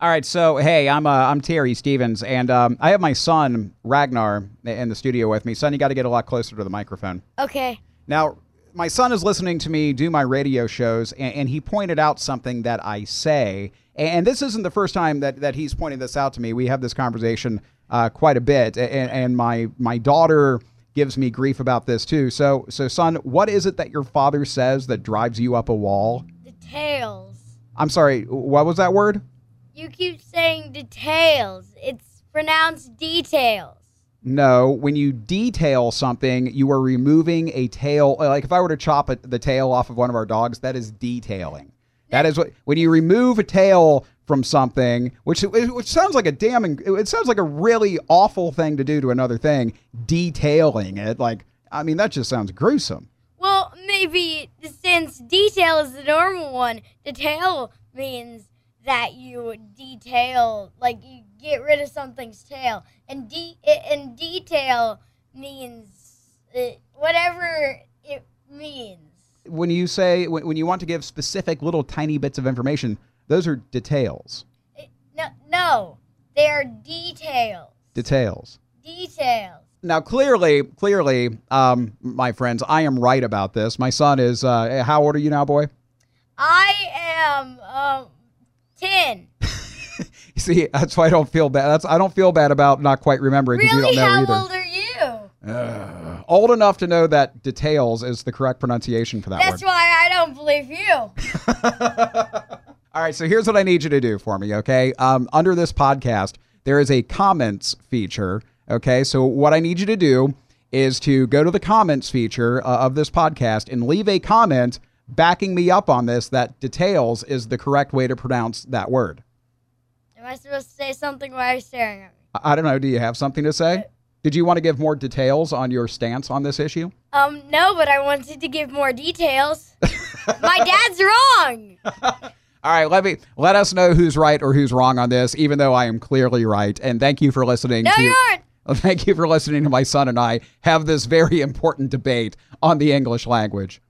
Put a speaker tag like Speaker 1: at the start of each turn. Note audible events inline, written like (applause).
Speaker 1: All right, so hey, I'm uh, I'm Terry Stevens, and um, I have my son Ragnar in the studio with me. Son, you got to get a lot closer to the microphone.
Speaker 2: Okay.
Speaker 1: Now, my son is listening to me do my radio shows, and, and he pointed out something that I say. And this isn't the first time that, that he's pointed this out to me. We have this conversation uh, quite a bit, a- and, and my my daughter gives me grief about this too. So, so son, what is it that your father says that drives you up a wall?
Speaker 2: Details.
Speaker 1: I'm sorry, what was that word?
Speaker 2: You keep saying details. It's pronounced details.
Speaker 1: No, when you detail something, you are removing a tail. Like if I were to chop a, the tail off of one of our dogs, that is detailing. That is what when you remove a tail from something, which which sounds like a damning, it sounds like a really awful thing to do to another thing. Detailing it, like I mean, that just sounds gruesome.
Speaker 2: Well, maybe since detail is the normal one, detail means that you detail, like you get rid of something's tail, and de- and detail means it, whatever it means.
Speaker 1: When you say when, when you want to give specific little tiny bits of information, those are details.
Speaker 2: It, no, no, they are details.
Speaker 1: Details.
Speaker 2: details.
Speaker 1: now clearly clearly um, my friends i am right about this my son is uh, how old are you now boy (laughs)
Speaker 2: I am um ten.
Speaker 1: You see that's why i don't feel bad that's i don't feel bad about not quite remembering because
Speaker 2: Really?
Speaker 1: you don't know either
Speaker 2: How old are you?
Speaker 1: Ugh. old enough to know that details is the correct pronunciation for that
Speaker 2: That's
Speaker 1: word
Speaker 2: why I don't believe you.
Speaker 1: all right so here's what i need you to do for me okay um, under this podcast there is a comments feature okay so what i need you to do is to go to the comments feature uh, of this podcast and leave a comment backing me up on this that details is the correct way to pronounce that word
Speaker 2: Am I supposed to say something while you're staring at me?
Speaker 1: I I don't know. Do you have something to say? Did you want to give more details on your stance on this issue?
Speaker 2: Um, no, but I wanted to give
Speaker 1: (laughs)
Speaker 2: more details. My dad's wrong.
Speaker 1: All right, let me let us know who's right or who's wrong on this, even though I am clearly right. And thank you for listening
Speaker 2: No,
Speaker 1: to
Speaker 2: you aren't.
Speaker 1: (laughs) thank you for listening to my son and I have this very important debate on the English language.